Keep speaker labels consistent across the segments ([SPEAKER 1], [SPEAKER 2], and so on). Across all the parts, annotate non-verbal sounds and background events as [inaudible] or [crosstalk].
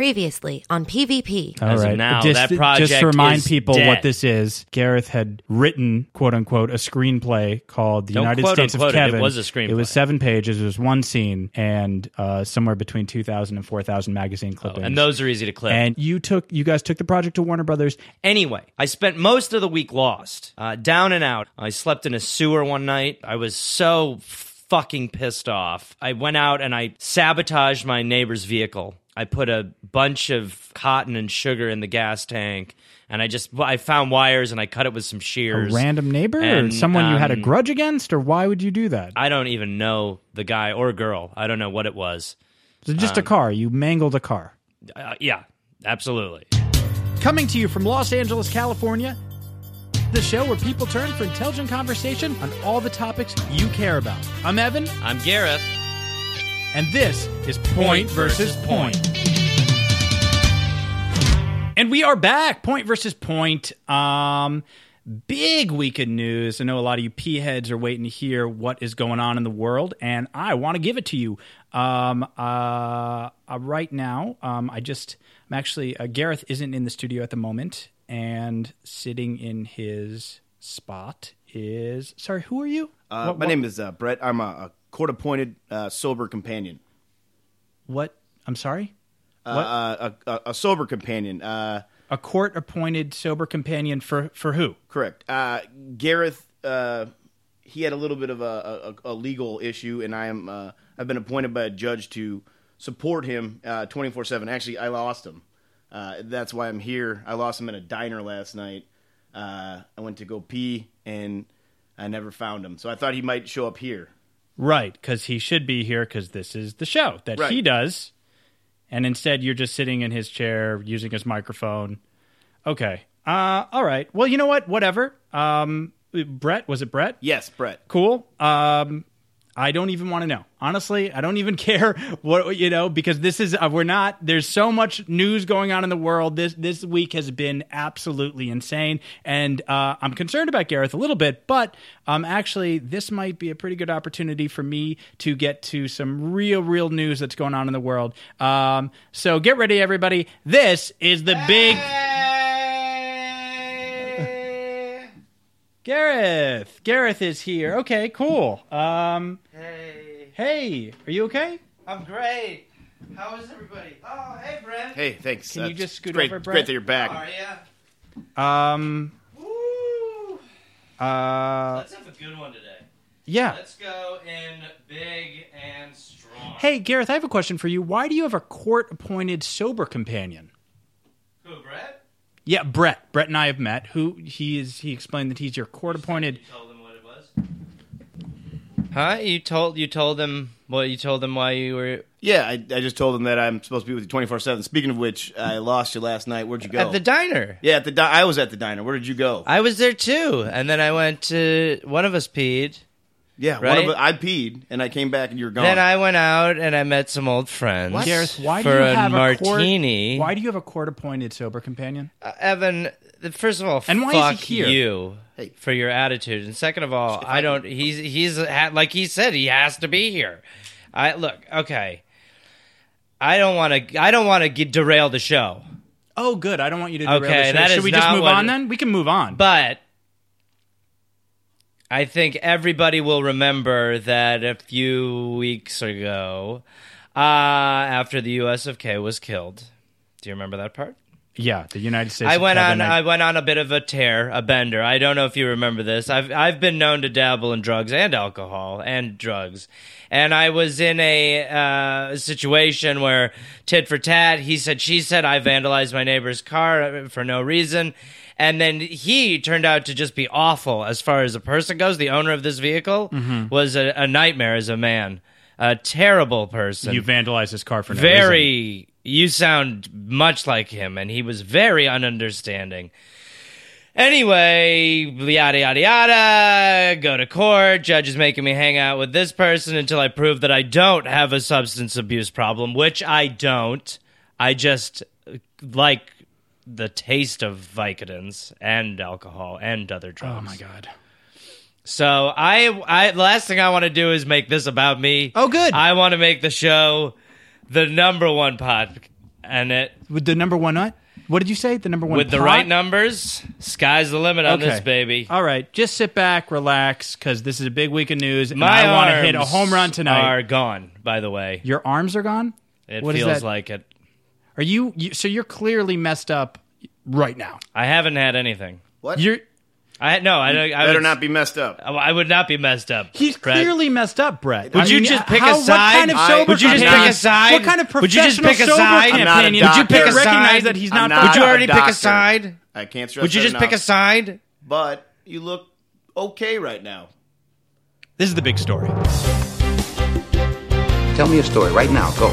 [SPEAKER 1] Previously on PvP.
[SPEAKER 2] As of now,
[SPEAKER 3] just,
[SPEAKER 2] that project
[SPEAKER 3] just to remind
[SPEAKER 2] is
[SPEAKER 3] people
[SPEAKER 2] dead.
[SPEAKER 3] what this is. Gareth had written, quote unquote, a screenplay called "The
[SPEAKER 2] Don't
[SPEAKER 3] United
[SPEAKER 2] quote
[SPEAKER 3] States of
[SPEAKER 2] unquote it, it
[SPEAKER 3] Kevin."
[SPEAKER 2] was a screenplay.
[SPEAKER 3] It was seven pages. It was one scene and uh, somewhere between two thousand and four thousand magazine clippings.
[SPEAKER 2] Oh, and those are easy to clip.
[SPEAKER 3] And you took, you guys took the project to Warner Brothers.
[SPEAKER 2] Anyway, I spent most of the week lost, uh, down and out. I slept in a sewer one night. I was so fucking pissed off. I went out and I sabotaged my neighbor's vehicle. I put a bunch of cotton and sugar in the gas tank, and I just I found wires and I cut it with some
[SPEAKER 3] A
[SPEAKER 2] shears.
[SPEAKER 3] random neighbor or
[SPEAKER 2] And,
[SPEAKER 3] someone you had a
[SPEAKER 2] um,
[SPEAKER 3] grudge against, or why would you do that?
[SPEAKER 2] I don't even know the guy or girl. I don't know what it was.
[SPEAKER 3] So
[SPEAKER 2] um,
[SPEAKER 3] just a car. You mangled a car.
[SPEAKER 2] Uh, yeah, absolutely.
[SPEAKER 3] Coming to you from Los Angeles, California, the show where people turn for intelligent conversation on all the topics you care about. I'm Evan,
[SPEAKER 2] I'm Gareth.
[SPEAKER 3] and this is Point versus Point. And we are back, Point versus Point. Um, big week of news. I know a lot of you pea heads are waiting to hear what is going on in the world, and I want to give it to you. Um, uh, uh, right now, um, I just I'm actually uh, Gareth isn't in the studio at the moment, and sitting in his spot is sorry. Who are you?
[SPEAKER 4] Uh, my name is uh, Brett. I'm a, a court-appointed uh, sober companion.
[SPEAKER 3] What? I'm sorry.
[SPEAKER 4] Uh, a, a, a sober companion. Uh,
[SPEAKER 3] A court appointed sober companion for for who?
[SPEAKER 4] correct. Uh, Gareth. Uh, he had a little bit of a, a, a legal issue, and I am. Uh, I've been appointed by a judge to support him uh, 24/7. Actually, I lost him. Uh, that's why I'm here. I lost him at a diner last night. Uh, I went to go pee, and I never found him. So I thought he might show up here.
[SPEAKER 3] Right, because he should be here because this is the show that he
[SPEAKER 4] Right.
[SPEAKER 3] does. And instead, you're just sitting in his chair using his microphone. Okay. Uh, all right. Well, you know what? Whatever. Um, Brett, was it Brett?
[SPEAKER 4] Yes, Brett.
[SPEAKER 3] Cool. Um, I don't even want to know. Honestly, I don't even [laughs] care what you know because this is uh, we're not. There's so much news going on in the world. This this week has been absolutely insane, and uh, I'm concerned about Gareth a little bit. But um, actually, this might be a pretty good opportunity for me to get to some real real news that's going on in the world. Um, so get ready, everybody. This is the big. Gareth. Gareth is here. Okay, cool. Um, hey. Hey, are you okay?
[SPEAKER 5] I'm great. How is everybody? Oh, hey, Brent.
[SPEAKER 4] Hey, thanks.
[SPEAKER 3] Can you
[SPEAKER 4] That's
[SPEAKER 3] just scoot
[SPEAKER 4] great,
[SPEAKER 3] over, Brett?
[SPEAKER 4] Great that you're back.
[SPEAKER 5] How are ya?
[SPEAKER 3] Um,
[SPEAKER 5] Woo!
[SPEAKER 3] uh,
[SPEAKER 2] Let's have a good one today.
[SPEAKER 3] yeah.
[SPEAKER 5] Let's go in big and strong.
[SPEAKER 3] Hey, Gareth, I have a question for you. Why do you have a court-appointed sober companion?
[SPEAKER 5] Who, Brett?
[SPEAKER 3] Yeah, Brett. Brett and I have met. Who he is? He explained that he's your court-appointed.
[SPEAKER 5] Told him what it was.
[SPEAKER 2] Huh? You told you told them what you told them why you were
[SPEAKER 4] Yeah, I, I just told him that I'm supposed to be with you 24 seven. Speaking of which, I lost you last night. Where'd you go?
[SPEAKER 3] Oh.
[SPEAKER 2] at the diner.
[SPEAKER 4] yeah, at the di- I was at the diner. Where did you go?
[SPEAKER 2] I was there too, and then I went to one of us peed.
[SPEAKER 4] yeah,
[SPEAKER 2] right?
[SPEAKER 4] one of, I peed and I came back and you were gone.
[SPEAKER 2] Then I went out and I met some old friends.
[SPEAKER 3] Oh. Gareth, why
[SPEAKER 2] for
[SPEAKER 3] do you
[SPEAKER 2] a
[SPEAKER 3] have
[SPEAKER 2] martini?
[SPEAKER 3] a court? Why do you have a court-appointed sober companion?
[SPEAKER 2] Uh, Evan? th- First of all,
[SPEAKER 3] And why is
[SPEAKER 2] fuck
[SPEAKER 3] he here?
[SPEAKER 2] you for your attitude, and second of all, I don't. He's he's ha- like he said he has to be here. I look okay. I don't want to. I don't want to get derail the show,
[SPEAKER 3] Oh, good. I don't want you to. Derail
[SPEAKER 2] Okay,
[SPEAKER 3] the show.
[SPEAKER 2] that
[SPEAKER 3] Should
[SPEAKER 2] is
[SPEAKER 3] we just
[SPEAKER 2] not
[SPEAKER 3] move
[SPEAKER 2] what-
[SPEAKER 3] on then? We can move on.
[SPEAKER 2] but. I think everybody will remember that a few weeks ago, uh, after the USFK was killed. Do you remember that part?
[SPEAKER 3] yeah, the United States.
[SPEAKER 2] I
[SPEAKER 3] of
[SPEAKER 2] went on. uh,
[SPEAKER 3] Kevin,
[SPEAKER 2] I went on a bit of a tear, a bender. I don't know if you remember this. I've I've been known to dabble in drugs and alcohol and drugs, and I was in a uh, situation where tit for tat. He said, she said. I vandalized my neighbor's car for no reason, and then he turned out to just be awful as far as a person goes. The owner of this vehicle was a, a nightmare as a man, a terrible person
[SPEAKER 3] you vandalized his car for no reason.
[SPEAKER 2] very you sound much like him and he was very ununderstanding anyway yada yada yada go to court judge is making me hang out with this person until i prove that i don't have a substance abuse problem which i don't i just uh, like the taste of vicodins and alcohol and other drugs
[SPEAKER 3] Oh my god.
[SPEAKER 2] so I, I the last thing I want to do is make this about me.
[SPEAKER 3] Oh, good.
[SPEAKER 2] I want to make the show the number one pod and it
[SPEAKER 3] With the number one nut? What did you say? The number one
[SPEAKER 2] with the
[SPEAKER 3] pot?
[SPEAKER 2] right numbers, sky's the limit on this
[SPEAKER 3] Okay. Um,
[SPEAKER 2] baby.
[SPEAKER 3] All right, just sit back, relax, because this is a big week of news, and
[SPEAKER 2] My
[SPEAKER 3] I want to hit a
[SPEAKER 2] arms
[SPEAKER 3] home run tonight.
[SPEAKER 2] Are gone, by the way.
[SPEAKER 3] Your arms are gone.
[SPEAKER 2] It
[SPEAKER 3] What is
[SPEAKER 2] feels
[SPEAKER 3] that?
[SPEAKER 2] like it.
[SPEAKER 3] Are you, you? So you're clearly messed up right now.
[SPEAKER 2] I haven't had anything.
[SPEAKER 4] What?
[SPEAKER 3] You're.
[SPEAKER 2] I no, I, I
[SPEAKER 4] Better
[SPEAKER 2] would,
[SPEAKER 4] not be messed up.
[SPEAKER 2] I would not be messed up.
[SPEAKER 3] He's
[SPEAKER 2] Brett.
[SPEAKER 3] clearly messed up, Brett.
[SPEAKER 2] Would
[SPEAKER 3] I
[SPEAKER 2] you
[SPEAKER 3] mean,
[SPEAKER 2] just pick
[SPEAKER 3] how-
[SPEAKER 2] a side?
[SPEAKER 3] What kind of
[SPEAKER 4] I-
[SPEAKER 3] sober
[SPEAKER 2] Would you just
[SPEAKER 3] campaign-
[SPEAKER 2] pick a side?
[SPEAKER 3] What kind of
[SPEAKER 2] Would you
[SPEAKER 3] professional
[SPEAKER 2] just pick a
[SPEAKER 3] sober
[SPEAKER 2] side?
[SPEAKER 4] I'm not
[SPEAKER 3] campaign
[SPEAKER 4] a
[SPEAKER 3] would you
[SPEAKER 4] doctor.
[SPEAKER 3] pick a recognize
[SPEAKER 2] side?
[SPEAKER 3] that he's
[SPEAKER 4] I'm
[SPEAKER 3] not?
[SPEAKER 4] not
[SPEAKER 2] Would you
[SPEAKER 4] a
[SPEAKER 2] already pick a
[SPEAKER 4] doctor.
[SPEAKER 2] side?
[SPEAKER 4] I can't stress
[SPEAKER 2] Would you
[SPEAKER 4] that
[SPEAKER 2] just pick a
[SPEAKER 4] enough.
[SPEAKER 2] side?
[SPEAKER 4] But you look okay right now.
[SPEAKER 3] this is the big story.
[SPEAKER 6] Tell me a story right now. Go.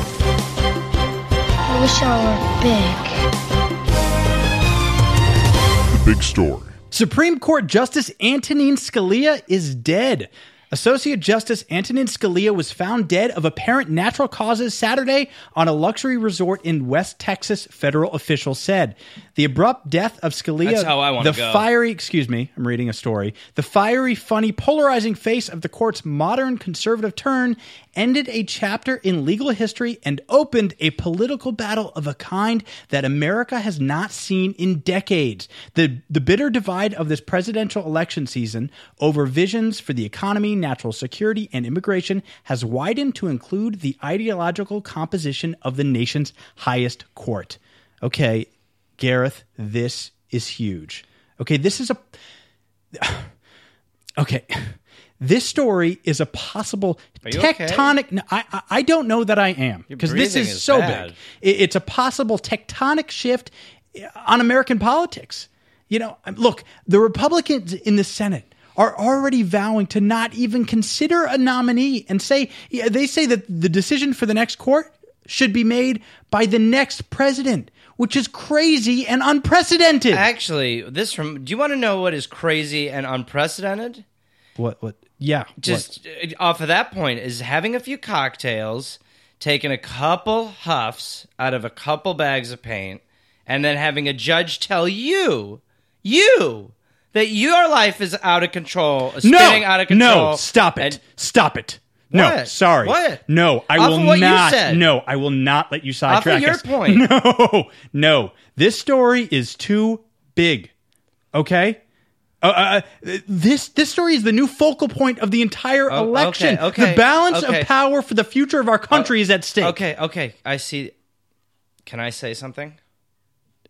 [SPEAKER 7] I wish I were big.
[SPEAKER 8] Big story.
[SPEAKER 3] Supreme Court Justice Antonin Scalia is dead. Associate Justice Antonin Scalia was found dead of apparent natural causes Saturday on a luxury resort in West Texas, federal officials said. The abrupt death of Scalia,
[SPEAKER 2] That's how I wanna
[SPEAKER 3] the
[SPEAKER 2] go.
[SPEAKER 3] fiery, excuse me, I'm reading a story, the fiery, funny, polarizing face of the court's modern conservative turn ended a chapter in legal history and opened a political battle of a kind that America has not seen in decades. The the bitter divide of this presidential election season over visions for the economy, national security, and immigration has widened to include the ideological composition of the nation's highest court. Okay, Gareth, this is huge. Okay, this is a [sighs] okay. This story is a possible
[SPEAKER 2] you okay?
[SPEAKER 3] tectonic. No, I I- I don't know that I am because this
[SPEAKER 2] breathing
[SPEAKER 3] is,
[SPEAKER 2] is
[SPEAKER 3] so
[SPEAKER 2] bad.
[SPEAKER 3] big. It- it's a possible tectonic shift on American politics. You know, um, look, the Republicans in the Senate are already vowing to not even consider a nominee and say yeah, they say that the decision for the next court should be made by the next president, which is crazy and unprecedented.
[SPEAKER 2] Actually, this from. Do you want to know what is crazy and unprecedented?
[SPEAKER 3] what? What? Yeah. what?
[SPEAKER 2] Just uh, off of that point is having a few cocktails, taking a couple huffs out of a couple bags of paint, and then having a judge tell you, you. That your life is out of control, uh,
[SPEAKER 3] no,
[SPEAKER 2] spinning out of control.
[SPEAKER 3] No, stop it.
[SPEAKER 2] and-
[SPEAKER 3] stop it. No,
[SPEAKER 2] What?
[SPEAKER 3] sorry.
[SPEAKER 2] What?
[SPEAKER 3] No, I
[SPEAKER 2] Off
[SPEAKER 3] will
[SPEAKER 2] of what you
[SPEAKER 3] not.
[SPEAKER 2] said.
[SPEAKER 3] No, I will not let you
[SPEAKER 2] Off
[SPEAKER 3] sidetrack
[SPEAKER 2] of your
[SPEAKER 3] us.
[SPEAKER 2] point.
[SPEAKER 3] [laughs] No, no. This story is too big. Okay. Uh, Uh, uh, this this story is the new focal point of the entire
[SPEAKER 2] Oh, okay,
[SPEAKER 3] election.
[SPEAKER 2] okay,
[SPEAKER 3] the balance
[SPEAKER 2] okay. Oh,
[SPEAKER 3] of power for the future of our country is at stake.
[SPEAKER 2] Okay, okay. I see. Can I say something?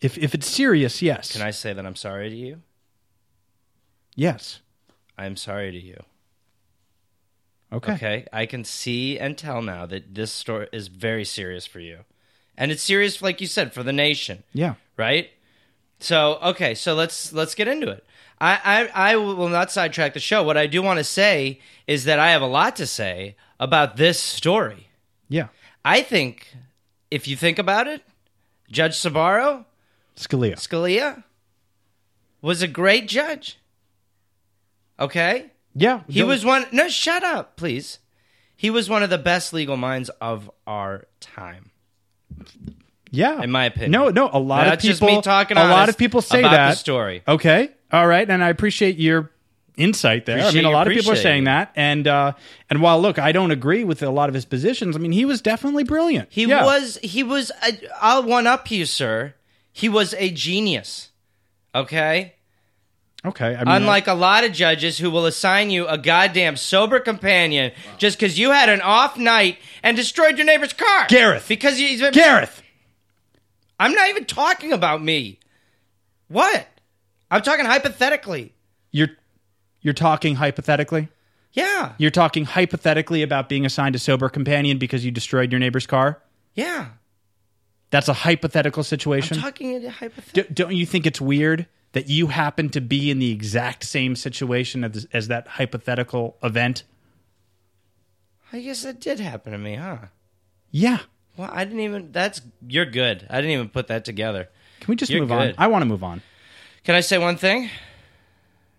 [SPEAKER 3] If if it's serious, yes.
[SPEAKER 2] Can I say that I'm sorry to you?
[SPEAKER 3] Yes.
[SPEAKER 2] I'm sorry to you.
[SPEAKER 3] Okay.
[SPEAKER 2] Okay. I can see and tell now that this story is very serious for you. And it's serious, like you said, for the nation.
[SPEAKER 3] Yeah.
[SPEAKER 2] Right? So okay, so let's let's get into it. I, I I will not sidetrack the show. What I do want to say is that I have a lot to say about this story.
[SPEAKER 3] Yeah.
[SPEAKER 2] I think if you think about it, Judge Sabaro,
[SPEAKER 3] Scalia.
[SPEAKER 2] Scalia was a great judge. Okay?
[SPEAKER 3] Yeah.
[SPEAKER 2] He was one No, shut up, please. He was one of the best legal minds of our time.
[SPEAKER 3] Yeah,
[SPEAKER 2] in my opinion.
[SPEAKER 3] No, no. A lot
[SPEAKER 2] That's
[SPEAKER 3] of
[SPEAKER 2] just
[SPEAKER 3] people.
[SPEAKER 2] me talking
[SPEAKER 3] a lot
[SPEAKER 2] honest
[SPEAKER 3] of people say
[SPEAKER 2] about the
[SPEAKER 3] that
[SPEAKER 2] story.
[SPEAKER 3] Okay, all right, and I appreciate your insight there.
[SPEAKER 2] Appreciate
[SPEAKER 3] I mean, a
[SPEAKER 2] you,
[SPEAKER 3] lot of people are
[SPEAKER 2] appreciate
[SPEAKER 3] saying
[SPEAKER 2] you.
[SPEAKER 3] that, and uh, and while look, I don't agree with a lot of his positions. I mean, he was definitely brilliant.
[SPEAKER 2] He
[SPEAKER 3] Yeah.
[SPEAKER 2] was he was a, I'll one up you, sir. He was a genius. Okay?
[SPEAKER 3] okay. I mean,
[SPEAKER 2] Unlike a lot of judges who will assign you a goddamn sober companion just because you had an off night and destroyed your neighbor's car.
[SPEAKER 3] Gareth.
[SPEAKER 2] Because he's a
[SPEAKER 3] Gareth.
[SPEAKER 2] I'm not even talking about me. What? I'm talking hypothetically.
[SPEAKER 3] You're you're talking hypothetically.
[SPEAKER 2] Yeah.
[SPEAKER 3] You're talking hypothetically about being assigned a sober companion because you destroyed your neighbor's car.
[SPEAKER 2] Yeah.
[SPEAKER 3] That's a hypothetical
[SPEAKER 2] I'm
[SPEAKER 3] situation.
[SPEAKER 2] talking hypothetically.
[SPEAKER 3] Do, don't you think it's weird that you happen to be in the exact same situation as, as that hypothetical event?
[SPEAKER 2] I guess that did happen to me, huh?
[SPEAKER 3] Yeah.
[SPEAKER 2] Well, I didn't even. That's you're good. I didn't even put that together.
[SPEAKER 3] Can we just
[SPEAKER 2] You're
[SPEAKER 3] move on?
[SPEAKER 2] good.
[SPEAKER 3] I want to move on.
[SPEAKER 2] Can I say one thing?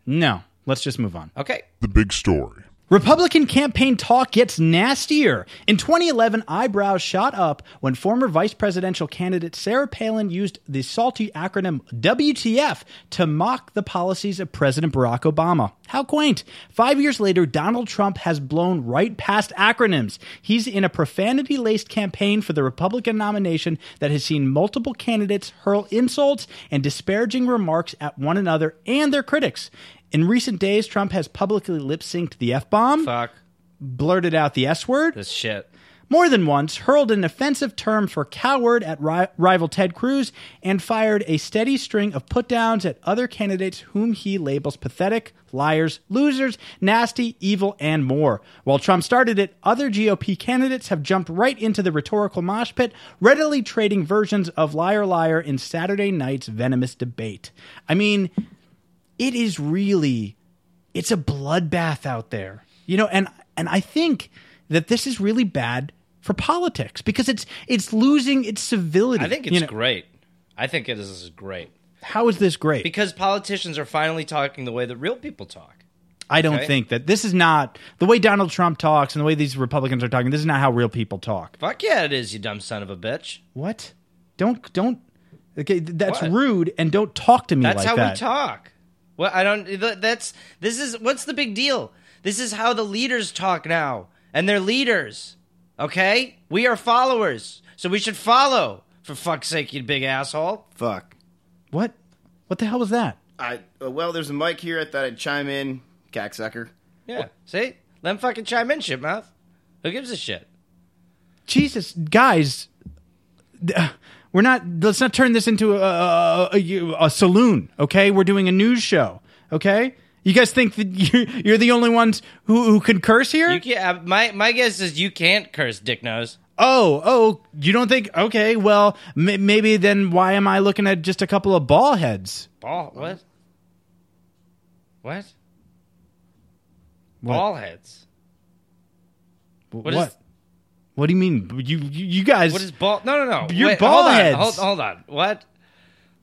[SPEAKER 3] No, let's just move on.
[SPEAKER 2] Okay.
[SPEAKER 8] The big story.
[SPEAKER 3] Republican campaign talk gets nastier. In 2011, eyebrows shot up when former vice presidential candidate Sarah Palin used the salty acronym WTF to mock the policies of President Barack Obama. How quaint. Five years later, Donald Trump has blown right past acronyms. He's in a profanity laced campaign for the Republican nomination that has seen multiple candidates hurl insults and disparaging remarks at one another and their critics. In recent days, Trump has publicly lip synced the F bomb,
[SPEAKER 2] Fuck
[SPEAKER 3] blurted out the S word,
[SPEAKER 2] this shit.
[SPEAKER 3] more than once, hurled an offensive term for coward at ri- rival Ted Cruz, and fired a steady string of put downs at other candidates whom he labels pathetic, liars, losers, nasty, evil, and more. While Trump started it, other GOP candidates have jumped right into the rhetorical mosh pit, readily trading versions of liar, liar in Saturday night's venomous debate. I mean, it is really it's a bloodbath out there you know and and i think that this is really bad for politics because it's it's losing its civility
[SPEAKER 2] I think it's
[SPEAKER 3] You know,
[SPEAKER 2] great. I think it is great
[SPEAKER 3] how is this great
[SPEAKER 2] because politicians are finally talking the way that real people talk.
[SPEAKER 3] i don't
[SPEAKER 2] okay.
[SPEAKER 3] think that this is not the way donald trump talks and the way these republicans are talking this is not how real people talk
[SPEAKER 2] Fuck yeah, it is. You dumb son of a bitch.
[SPEAKER 3] what don't don't okay th- that's
[SPEAKER 2] What?
[SPEAKER 3] rude and don't talk to me
[SPEAKER 2] That's
[SPEAKER 3] like
[SPEAKER 2] how
[SPEAKER 3] that
[SPEAKER 2] we talk. Well, I don't. th- That's this is what's the big deal. This is how the leaders talk now, and they're leaders. Okay, we are followers, so we should follow. For fuck's sake, you big asshole!
[SPEAKER 4] Fuck.
[SPEAKER 3] what what the hell was that
[SPEAKER 4] I uh, well, there's a mic here. I thought I'd chime in, cacksucker.
[SPEAKER 2] Yeah, see, let him fucking chime in, shitmouth. Who gives a shit?
[SPEAKER 3] Jesus, guys, th- uh, we're not. Let's not turn this into a, a, a, a saloon. Okay, we're doing a news show. Okay, you guys think that [laughs] you're, you're the only ones who, who can curse here?
[SPEAKER 2] You can't, uh, my my guess is you can't curse, dick nose.
[SPEAKER 3] oh, oh, you don't think? Okay, well, m- maybe then why am I looking at just a couple of ball heads?
[SPEAKER 2] Ball what? What? Ball heads.
[SPEAKER 3] What?
[SPEAKER 2] what
[SPEAKER 3] What,
[SPEAKER 2] is-
[SPEAKER 3] What do you mean? You you you guys?
[SPEAKER 2] What is ball? No, no, no.
[SPEAKER 3] You're
[SPEAKER 2] Wait,
[SPEAKER 3] ball
[SPEAKER 2] hold on,
[SPEAKER 3] heads.
[SPEAKER 2] Hold, hold on. What?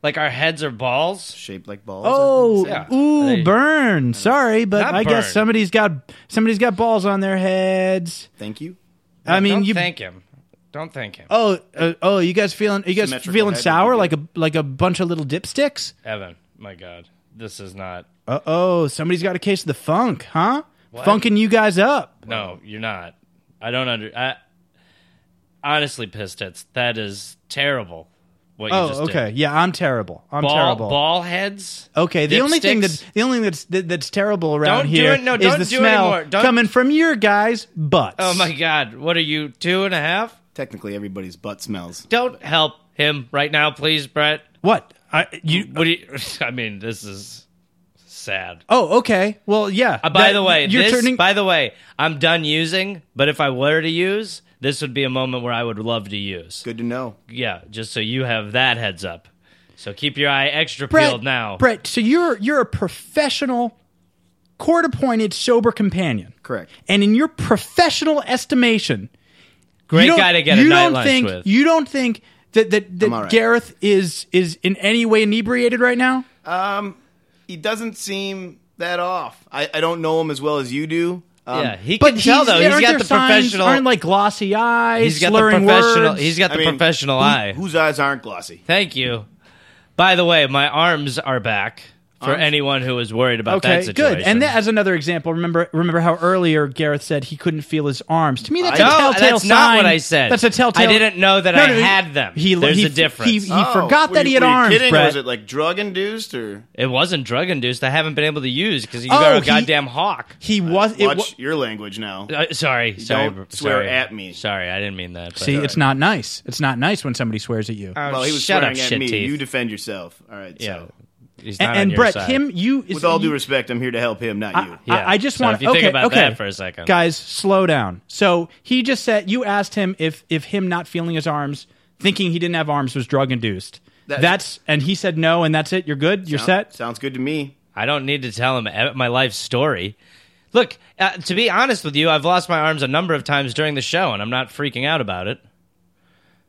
[SPEAKER 2] Like our heads are balls?
[SPEAKER 4] Shaped like balls.
[SPEAKER 3] Oh,
[SPEAKER 2] Yeah.
[SPEAKER 3] ooh,
[SPEAKER 2] They-
[SPEAKER 3] burn! Sorry, but
[SPEAKER 2] Not
[SPEAKER 3] I
[SPEAKER 2] burn.
[SPEAKER 3] guess somebody's got somebody's got balls on their heads.
[SPEAKER 4] thank you.
[SPEAKER 3] I mean,
[SPEAKER 2] Don't
[SPEAKER 3] you
[SPEAKER 2] thank him. Don't thank him,
[SPEAKER 3] Oh, uh, oh, you guys feeling? You guys
[SPEAKER 4] Symmetrical
[SPEAKER 3] feeling
[SPEAKER 4] head
[SPEAKER 3] sour
[SPEAKER 4] would be
[SPEAKER 3] like a like a bunch of little dipsticks?
[SPEAKER 2] Evan. My God, this is not.
[SPEAKER 3] Uh oh, somebody's got a case of the funk, huh? Funking you guys up.
[SPEAKER 2] No, you're not. I don't under. I honestly, Pistons. That is terrible. What you just
[SPEAKER 3] Oh,
[SPEAKER 2] did.
[SPEAKER 3] okay, yeah, I'm terrible. I'm
[SPEAKER 2] Ball
[SPEAKER 3] terrible.
[SPEAKER 2] ball heads.
[SPEAKER 3] Okay, the only thing
[SPEAKER 2] Dipsticks?
[SPEAKER 3] that the only thing that's that, that's terrible around
[SPEAKER 2] Don't do
[SPEAKER 3] here is
[SPEAKER 2] it- no, don't
[SPEAKER 3] the
[SPEAKER 2] do it
[SPEAKER 3] smell
[SPEAKER 2] anymore. Don't-
[SPEAKER 3] coming from your guys' butts.
[SPEAKER 2] Oh my God! What are you two and a half?
[SPEAKER 4] Technically, everybody's butt smells.
[SPEAKER 2] Don't help him right now, please, Brett.
[SPEAKER 3] What? I you? uh,
[SPEAKER 2] What do you? [laughs] I mean, this is sad.
[SPEAKER 3] Oh, okay. Well, yeah.
[SPEAKER 2] Uh, by
[SPEAKER 3] That-
[SPEAKER 2] the way,
[SPEAKER 3] you're
[SPEAKER 2] this,
[SPEAKER 3] turning.
[SPEAKER 2] By the way, I'm done using. But if I were to use, this would be a moment where I would love to use.
[SPEAKER 4] Good to know.
[SPEAKER 2] Yeah, just so you have that heads up. So keep your eye extra
[SPEAKER 3] Brett,
[SPEAKER 2] peeled now.
[SPEAKER 3] Brett, so you're you're a professional, court-appointed sober companion.
[SPEAKER 4] Correct.
[SPEAKER 3] and in your professional estimation,
[SPEAKER 2] Great
[SPEAKER 3] you don't-
[SPEAKER 2] guy to get a
[SPEAKER 3] you
[SPEAKER 2] night
[SPEAKER 3] don't
[SPEAKER 2] lunch
[SPEAKER 3] think
[SPEAKER 2] with.
[SPEAKER 3] you don't think that that, that
[SPEAKER 4] I'm all right.
[SPEAKER 3] Gareth is is in any way inebriated right now.
[SPEAKER 4] He doesn't seem that off. I, I don't know him as well as you do. Um,
[SPEAKER 2] yeah, he
[SPEAKER 3] But
[SPEAKER 2] can tell
[SPEAKER 3] he's-
[SPEAKER 2] though.
[SPEAKER 3] aren't
[SPEAKER 2] He's got
[SPEAKER 3] there
[SPEAKER 2] the
[SPEAKER 3] signs-
[SPEAKER 2] professional.
[SPEAKER 3] aren't like glossy eyes,
[SPEAKER 2] he's got the
[SPEAKER 3] slurring
[SPEAKER 2] professional.
[SPEAKER 3] words.
[SPEAKER 2] He's got
[SPEAKER 4] I
[SPEAKER 2] the
[SPEAKER 4] mean,
[SPEAKER 2] professional
[SPEAKER 4] who-
[SPEAKER 2] eye.
[SPEAKER 4] Whose eyes aren't glossy?
[SPEAKER 2] Thank you. By the way, my arms are back. For
[SPEAKER 4] Arms?
[SPEAKER 2] anyone who was worried about that
[SPEAKER 3] Okay,
[SPEAKER 2] situation.
[SPEAKER 3] good. And that, as another example, remember remember how earlier Gareth said he couldn't feel his arms. To me, that's a
[SPEAKER 2] No,
[SPEAKER 3] telltale
[SPEAKER 2] that's
[SPEAKER 3] sign.
[SPEAKER 2] not what I said.
[SPEAKER 3] That's a telltale.
[SPEAKER 2] I didn't know that I had them.
[SPEAKER 3] He,
[SPEAKER 2] There's
[SPEAKER 3] he,
[SPEAKER 2] a difference.
[SPEAKER 3] He, he
[SPEAKER 4] Oh,
[SPEAKER 3] forgot
[SPEAKER 4] were
[SPEAKER 3] that
[SPEAKER 4] you-
[SPEAKER 3] he had
[SPEAKER 4] were you
[SPEAKER 3] arms.
[SPEAKER 4] Kidding, or
[SPEAKER 3] Brett.
[SPEAKER 4] was it like drug induced or
[SPEAKER 2] It wasn't drug induced. I haven't been able to use because you
[SPEAKER 3] Oh,
[SPEAKER 2] got a
[SPEAKER 3] he-
[SPEAKER 2] goddamn hawk.
[SPEAKER 3] He was. It
[SPEAKER 4] watch
[SPEAKER 3] wa-
[SPEAKER 4] your language now?
[SPEAKER 2] Uh, sorry, sorry,
[SPEAKER 4] don't
[SPEAKER 2] br-
[SPEAKER 4] swear
[SPEAKER 2] sorry.
[SPEAKER 4] at me.
[SPEAKER 2] Sorry, I didn't mean that. but- uh,
[SPEAKER 3] See, it's not nice. It's not nice when somebody swears at you.
[SPEAKER 2] Oh,
[SPEAKER 4] well, he was
[SPEAKER 2] shut
[SPEAKER 4] swearing
[SPEAKER 2] up,
[SPEAKER 4] at
[SPEAKER 2] shit
[SPEAKER 4] me.
[SPEAKER 2] Teeth.
[SPEAKER 4] You defend yourself. All right.
[SPEAKER 2] yeah,
[SPEAKER 4] So,
[SPEAKER 2] he's
[SPEAKER 3] and
[SPEAKER 2] not on
[SPEAKER 3] and
[SPEAKER 2] your
[SPEAKER 3] Brett,
[SPEAKER 2] side.
[SPEAKER 3] him, you.
[SPEAKER 4] with all
[SPEAKER 3] you,
[SPEAKER 4] due respect, I'm here to help him, not you.
[SPEAKER 3] I-
[SPEAKER 2] Yeah.
[SPEAKER 3] I, just
[SPEAKER 2] So
[SPEAKER 3] want
[SPEAKER 2] if you
[SPEAKER 3] okay,
[SPEAKER 2] think about
[SPEAKER 3] okay.
[SPEAKER 2] that for a second.
[SPEAKER 3] guys. Slow down. So he just said you asked him if if him not feeling his arms, thinking he didn't have arms, was drug induced.
[SPEAKER 4] That-
[SPEAKER 3] that's and he said no, and that's it. You're good. You're set.
[SPEAKER 4] Sounds good to me.
[SPEAKER 2] I don't need to tell him e- my life story. Look, uh, to be honest with you, I've lost my arms a number of times during the show, and I'm not freaking out about it.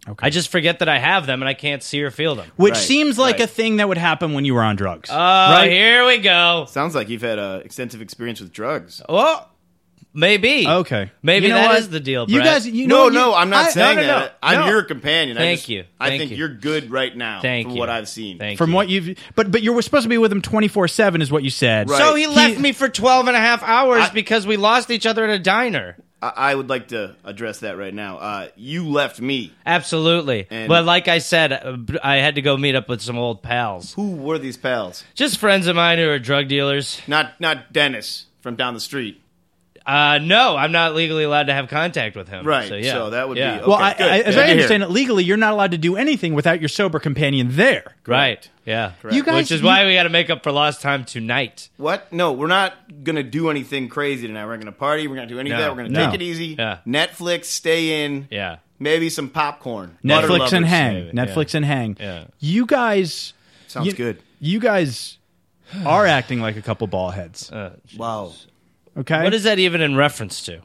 [SPEAKER 3] Okay.
[SPEAKER 2] I just forget that I have them, and I can't see or feel them.
[SPEAKER 3] Which
[SPEAKER 4] Right,
[SPEAKER 3] seems like
[SPEAKER 4] right.
[SPEAKER 3] a thing that would happen when you were on drugs.
[SPEAKER 2] Oh,
[SPEAKER 3] right?
[SPEAKER 2] here we go.
[SPEAKER 4] Sounds like you've had uh, extensive experience with drugs.
[SPEAKER 2] Oh, Maybe.
[SPEAKER 3] Okay.
[SPEAKER 2] Maybe
[SPEAKER 3] You know
[SPEAKER 2] that is
[SPEAKER 3] what?
[SPEAKER 2] the deal.
[SPEAKER 3] You
[SPEAKER 2] Brett.
[SPEAKER 3] guys, you know,
[SPEAKER 4] No,
[SPEAKER 3] you-
[SPEAKER 4] no, I'm not
[SPEAKER 3] I-
[SPEAKER 4] saying
[SPEAKER 2] no, no,
[SPEAKER 4] that. I'm
[SPEAKER 2] no.
[SPEAKER 4] your companion. I
[SPEAKER 2] Thank
[SPEAKER 4] just-
[SPEAKER 2] you.
[SPEAKER 4] I
[SPEAKER 2] Thank
[SPEAKER 4] think
[SPEAKER 2] you.
[SPEAKER 4] are good right now.
[SPEAKER 2] Thank
[SPEAKER 4] from
[SPEAKER 2] you.
[SPEAKER 4] what I've seen.
[SPEAKER 2] Thank
[SPEAKER 3] From
[SPEAKER 2] you.
[SPEAKER 3] what you've, but but you were supposed to be with him twenty four seven, is what you said.
[SPEAKER 4] Right.
[SPEAKER 2] So he left me for 12 and a half hours
[SPEAKER 4] I-
[SPEAKER 2] because we lost each other at a diner.
[SPEAKER 4] I, I would like to address that right now. Uh, you left me.
[SPEAKER 2] Absolutely.
[SPEAKER 4] And-
[SPEAKER 2] but like I said, uh, I had to go meet up with some old pals.
[SPEAKER 4] Who were these pals?
[SPEAKER 2] Just friends of mine who are drug dealers.
[SPEAKER 4] Not not Dennis from down the street.
[SPEAKER 2] Uh, no, I'm not legally allowed to have contact with him.
[SPEAKER 4] Right,
[SPEAKER 2] So, yeah.
[SPEAKER 4] so that would be-
[SPEAKER 2] yeah.
[SPEAKER 4] okay.
[SPEAKER 3] Well, I,
[SPEAKER 4] good.
[SPEAKER 3] I, as
[SPEAKER 4] Good to
[SPEAKER 3] I
[SPEAKER 4] hear.
[SPEAKER 3] understand it legally, you're not allowed to do anything without your sober companion there.
[SPEAKER 2] Right. Yeah.
[SPEAKER 3] You guys-
[SPEAKER 2] Which is
[SPEAKER 3] you-
[SPEAKER 2] why we got to make up for lost time tonight.
[SPEAKER 4] What? No, we're not gonna do anything crazy tonight. We're not gonna party. We're not gonna do any of
[SPEAKER 2] No.
[SPEAKER 4] that. We're gonna
[SPEAKER 3] No.
[SPEAKER 4] take it easy.
[SPEAKER 2] Yeah.
[SPEAKER 4] Netflix, stay in.
[SPEAKER 2] Yeah.
[SPEAKER 4] Maybe some popcorn. Butter
[SPEAKER 3] Netflix and
[SPEAKER 4] lovers.
[SPEAKER 3] hang.
[SPEAKER 2] maybe,
[SPEAKER 3] Netflix and hang.
[SPEAKER 2] Yeah.
[SPEAKER 3] You guys
[SPEAKER 4] Sounds
[SPEAKER 3] you-
[SPEAKER 4] good.
[SPEAKER 3] You guys are acting like a couple ball heads.
[SPEAKER 4] Wow.
[SPEAKER 3] Okay.
[SPEAKER 2] What is that even in reference to?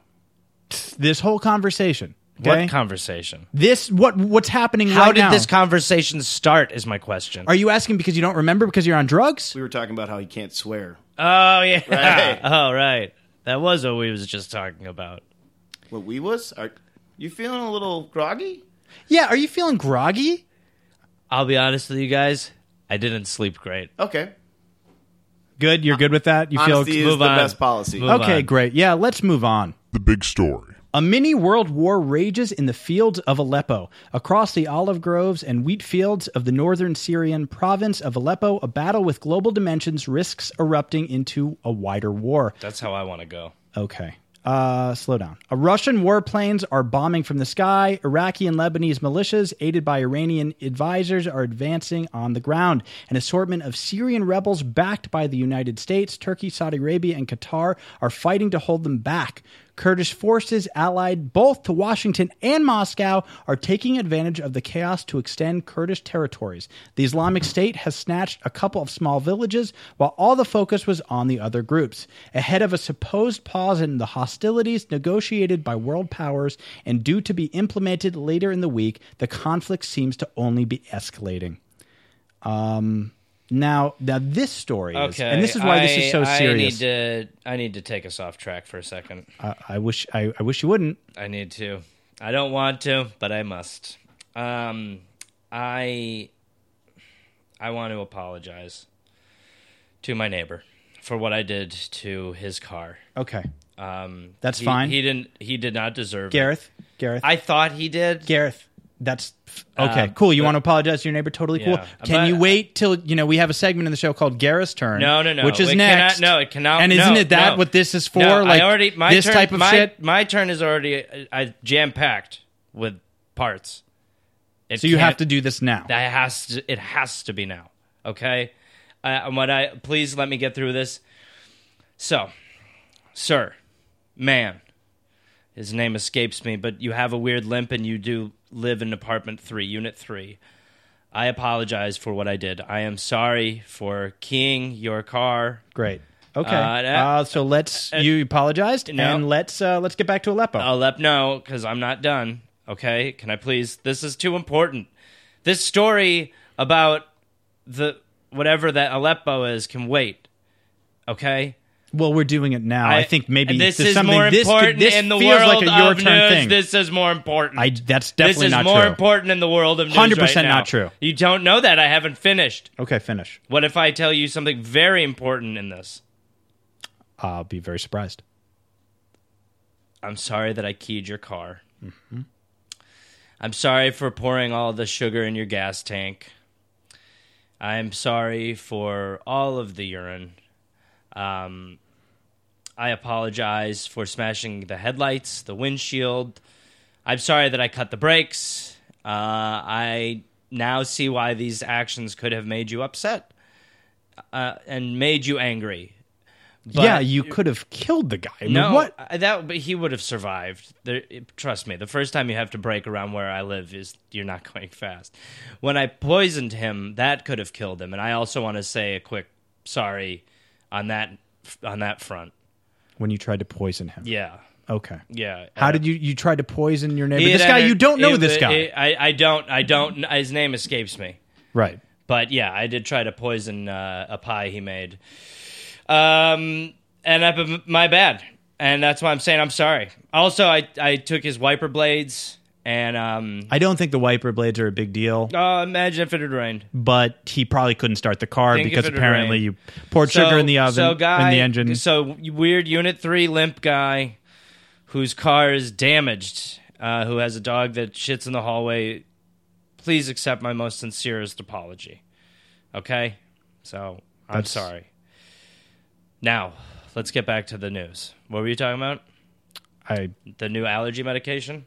[SPEAKER 3] this whole conversation? Okay.
[SPEAKER 2] What conversation?
[SPEAKER 3] this what what's happening
[SPEAKER 2] How
[SPEAKER 3] right
[SPEAKER 2] did
[SPEAKER 3] now?
[SPEAKER 2] this conversation start? Is my question.
[SPEAKER 3] are you asking because you don't remember because you're on drugs?
[SPEAKER 4] We were talking about how he can't swear.
[SPEAKER 2] oh yeah.
[SPEAKER 4] [laughs]
[SPEAKER 2] [laughs]
[SPEAKER 4] Right.
[SPEAKER 2] Oh right. That was what we was just talking about.
[SPEAKER 4] What we was? Are you feeling a little groggy?
[SPEAKER 3] Yeah. Are you feeling groggy?
[SPEAKER 2] I'll be honest with you guys. I didn't sleep great.
[SPEAKER 4] Okay.
[SPEAKER 3] Good. You're good with that. You feel
[SPEAKER 4] Honesty is
[SPEAKER 2] move
[SPEAKER 4] the
[SPEAKER 2] on.
[SPEAKER 4] best policy.
[SPEAKER 2] Move
[SPEAKER 3] okay.
[SPEAKER 2] on.
[SPEAKER 3] Great. Yeah. Let's move on.
[SPEAKER 8] The big story.
[SPEAKER 3] A mini world war rages in the fields of Aleppo. Across the olive groves and wheat fields of the northern Syrian province of Aleppo, a battle with global dimensions risks erupting into a wider war.
[SPEAKER 2] That's how I want to go.
[SPEAKER 3] Okay. Uh, slow down. Uh, Russian warplanes are bombing from the sky. Iraqi and Lebanese militias, aided by Iranian advisors, are advancing on the ground. An assortment of Syrian rebels, backed by the United States, Turkey, Saudi Arabia, and Qatar, are fighting to hold them back. Kurdish forces, allied both to Washington and Moscow, are taking advantage of the chaos to extend Kurdish territories. The Islamic State has snatched a couple of small villages, while all the focus was on the other groups. Ahead of a supposed pause in the hostilities negotiated by world powers and due to be implemented later in the week, the conflict seems to only be escalating. Um. Now, now this story, is,
[SPEAKER 2] Okay.
[SPEAKER 3] and this is why this
[SPEAKER 2] I-
[SPEAKER 3] is so serious.
[SPEAKER 2] I need to. I need to take us off track for a second.
[SPEAKER 3] I, I wish, I, I wish you wouldn't.
[SPEAKER 2] I need to. I don't want to, but I must. Um, I I want to apologize to my neighbor for what I did to his car.
[SPEAKER 3] Okay,
[SPEAKER 2] Um,
[SPEAKER 3] That's
[SPEAKER 2] he-
[SPEAKER 3] fine.
[SPEAKER 2] He didn't. He did not deserve it.
[SPEAKER 3] Gareth, Gareth,
[SPEAKER 2] I thought he did.
[SPEAKER 3] Gareth, that's f- okay. cool. You want to apologize to your neighbor? Totally cool.
[SPEAKER 2] Yeah.
[SPEAKER 3] Can
[SPEAKER 2] But-
[SPEAKER 3] you wait till you know we have a segment in the show called Gareth's turn?
[SPEAKER 2] No, no, no.
[SPEAKER 3] Which is
[SPEAKER 2] It
[SPEAKER 3] next?
[SPEAKER 2] Cannot, no, it cannot.
[SPEAKER 3] And
[SPEAKER 2] no,
[SPEAKER 3] isn't it that
[SPEAKER 2] no.
[SPEAKER 3] what this is for?
[SPEAKER 2] No,
[SPEAKER 3] like
[SPEAKER 2] I already my
[SPEAKER 3] this
[SPEAKER 2] turn,
[SPEAKER 3] type of
[SPEAKER 2] my,
[SPEAKER 3] shit.
[SPEAKER 2] My turn is already I, I jam packed with parts. It
[SPEAKER 3] So you have
[SPEAKER 2] can't-
[SPEAKER 3] to do this now.
[SPEAKER 2] That has to. It has to be now. Okay. Uh, and what I please let me get through this. So, sir, man, his name escapes me, but you have a weird limp and you do live in apartment three, unit three. I apologize for what I did. I am sorry for keying your car.
[SPEAKER 3] Great. Okay.
[SPEAKER 2] Uh,
[SPEAKER 3] Uh,
[SPEAKER 2] that- uh,
[SPEAKER 3] so let's you apologized
[SPEAKER 2] No.
[SPEAKER 3] and let's uh, let's get back to Aleppo.
[SPEAKER 2] I'll let know because I'm not done. Okay, can I please? This is too important. This story about the whatever that Aleppo is can wait. Okay,
[SPEAKER 3] well, we're doing it now. Oh, I, think maybe
[SPEAKER 2] this
[SPEAKER 3] there's
[SPEAKER 2] is
[SPEAKER 3] something
[SPEAKER 2] more
[SPEAKER 3] this could-
[SPEAKER 2] important
[SPEAKER 3] this
[SPEAKER 2] in the
[SPEAKER 3] feels like
[SPEAKER 2] world
[SPEAKER 3] a your
[SPEAKER 2] of
[SPEAKER 3] turn
[SPEAKER 2] news.
[SPEAKER 3] thing.
[SPEAKER 2] This is more important.
[SPEAKER 3] I that's definitely
[SPEAKER 2] this is
[SPEAKER 3] not
[SPEAKER 2] more
[SPEAKER 3] true.
[SPEAKER 2] important in the world of news.
[SPEAKER 3] 100%
[SPEAKER 2] right now.
[SPEAKER 3] not true.
[SPEAKER 2] You don't know that. I haven't finished.
[SPEAKER 3] Okay, finish.
[SPEAKER 2] What if I tell you something very important in this?
[SPEAKER 3] I'll be very surprised.
[SPEAKER 2] I'm sorry that I keyed your car.
[SPEAKER 3] Mm-hmm.
[SPEAKER 2] I'm sorry for pouring all the sugar in your gas tank. I'm sorry for all of the urine. Um, I apologize for smashing the headlights, the windshield. I'm sorry that I cut the brakes. Uh, I now see why these actions could have made you upset uh, and made you angry. But-
[SPEAKER 3] yeah, you could have killed the guy. I mean,
[SPEAKER 2] no,
[SPEAKER 3] what?
[SPEAKER 2] I- that but he would have survived. There, it- trust me. The first time you have to break around where I live is you're not [laughs] going fast. When I poisoned him, that could have killed him. And I also want to say a quick sorry on that on that front.
[SPEAKER 3] When you tried to poison him.
[SPEAKER 2] Yeah,
[SPEAKER 3] Okay.
[SPEAKER 2] yeah.
[SPEAKER 3] How
[SPEAKER 2] Uh,
[SPEAKER 3] did you you tried to poison your neighbor?
[SPEAKER 2] he
[SPEAKER 3] This
[SPEAKER 2] had
[SPEAKER 3] guy
[SPEAKER 2] entered-
[SPEAKER 3] you don't know.
[SPEAKER 2] he-
[SPEAKER 3] this guy,
[SPEAKER 2] he- I, I don't. I don't. His name escapes me.
[SPEAKER 3] right?
[SPEAKER 2] But yeah, I did try to poison uh, a pie he made. Um, and I, my bad. and that's why I'm saying I'm sorry. Also, I I took his wiper blades, and um,
[SPEAKER 3] I don't think the wiper blades are a big deal,
[SPEAKER 2] oh, imagine if it had rained.
[SPEAKER 3] but he probably couldn't start the car
[SPEAKER 2] Think if
[SPEAKER 3] because
[SPEAKER 2] it had
[SPEAKER 3] apparently
[SPEAKER 2] rained.
[SPEAKER 3] you poured sugar in the oven
[SPEAKER 2] so guy,
[SPEAKER 3] in the engine.
[SPEAKER 2] So weird Unit Three limp guy, whose car is damaged, uh, who has a dog that shits in the hallway. Please accept my most sincerest apology. Okay, so I'm
[SPEAKER 3] That's-
[SPEAKER 2] sorry. Now let's get back to the news. What were you talking about?
[SPEAKER 3] I
[SPEAKER 2] The new allergy medication.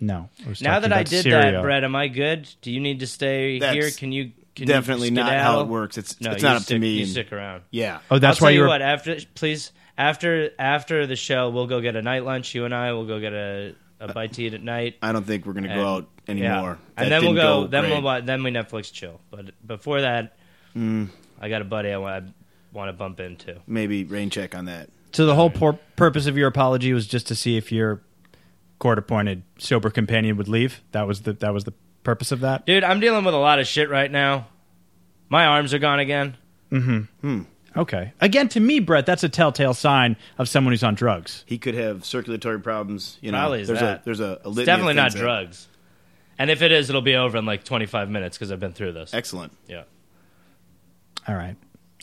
[SPEAKER 3] no. I was
[SPEAKER 2] Now
[SPEAKER 3] talking
[SPEAKER 2] that I
[SPEAKER 3] about
[SPEAKER 2] did
[SPEAKER 3] cereal.
[SPEAKER 2] that, Brett, am I good? Do you need to stay
[SPEAKER 4] That's
[SPEAKER 2] here? Can you can
[SPEAKER 4] Definitely
[SPEAKER 2] you
[SPEAKER 4] not how
[SPEAKER 2] skedaddle?
[SPEAKER 4] it works. It's
[SPEAKER 2] No,
[SPEAKER 4] it's
[SPEAKER 2] you
[SPEAKER 4] not up
[SPEAKER 2] stick-
[SPEAKER 4] to me.
[SPEAKER 2] You
[SPEAKER 4] and-
[SPEAKER 2] stick around.
[SPEAKER 4] yeah.
[SPEAKER 3] Oh, that's
[SPEAKER 2] I'll tell
[SPEAKER 3] why
[SPEAKER 2] you
[SPEAKER 3] you were.
[SPEAKER 2] what. After, please, after after the show, we'll go get a night lunch. You and I will go get a, a bite to eat at night.
[SPEAKER 4] I don't think we're gonna go
[SPEAKER 2] And-
[SPEAKER 4] out
[SPEAKER 2] Yeah. and
[SPEAKER 4] anymore. Uh, That
[SPEAKER 2] then we'll
[SPEAKER 4] didn't
[SPEAKER 2] go. then
[SPEAKER 4] great.
[SPEAKER 2] we'll wa- then we Netflix chill. But before that,
[SPEAKER 4] Mm.
[SPEAKER 2] I got a buddy I want, I want to bump into.
[SPEAKER 4] maybe rain check on that.
[SPEAKER 3] So the whole por- purpose of your apology was just to see if your court-appointed sober companion would leave. That was the that was the purpose of that.
[SPEAKER 2] Dude, I'm dealing with a lot of shit right now. My arms are gone again.
[SPEAKER 3] Okay. Again, to me, Brett, that's a telltale sign of someone who's on drugs.
[SPEAKER 4] He could have circulatory problems. You know,
[SPEAKER 2] Probably is
[SPEAKER 4] there's
[SPEAKER 2] that.
[SPEAKER 4] a there's a, a litany
[SPEAKER 2] It's
[SPEAKER 4] of
[SPEAKER 2] definitely not
[SPEAKER 4] things that-
[SPEAKER 2] drugs. And if it is, it'll be over in like 25 minutes because I've been through this.
[SPEAKER 4] Excellent.
[SPEAKER 2] Yeah.
[SPEAKER 3] All right.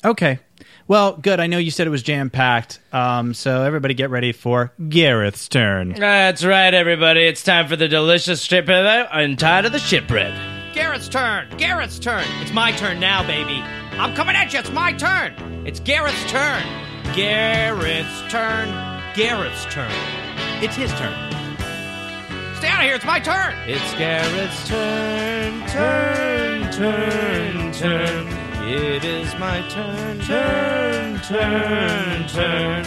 [SPEAKER 3] Okay. Well, good. I know you said it was jam packed. Um, so everybody, get ready for Gareth's turn.
[SPEAKER 2] That's right, everybody. It's time for the delicious strip and tied to the shipbread.
[SPEAKER 6] Garrett's turn. Garrett's turn. It's my turn now, baby. I'm coming at you. It's my turn. It's Garrett's turn. Garrett's turn. Garrett's turn. It's his turn. Stay out of here. It's my turn.
[SPEAKER 2] It's Garrett's turn, turn, turn, turn. It is my turn, turn, turn, turn.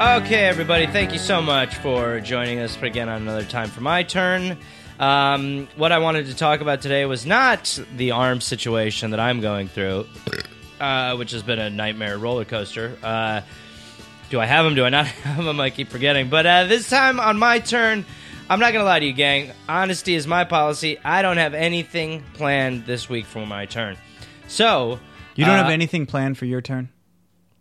[SPEAKER 2] Okay, everybody, thank you so much for joining us again on another time for my turn. Um, what I wanted to talk about today was not the arm situation that I'm going through, [coughs] uh, which has been a nightmare roller coaster. Uh, do I have them? Do I not [laughs] have them? I keep forgetting. But uh, this time on my turn, I'm not going to lie to you, gang. Honesty is my policy. I don't have anything planned this week for my turn. So.
[SPEAKER 3] You don't
[SPEAKER 2] uh,
[SPEAKER 3] have anything planned for your turn.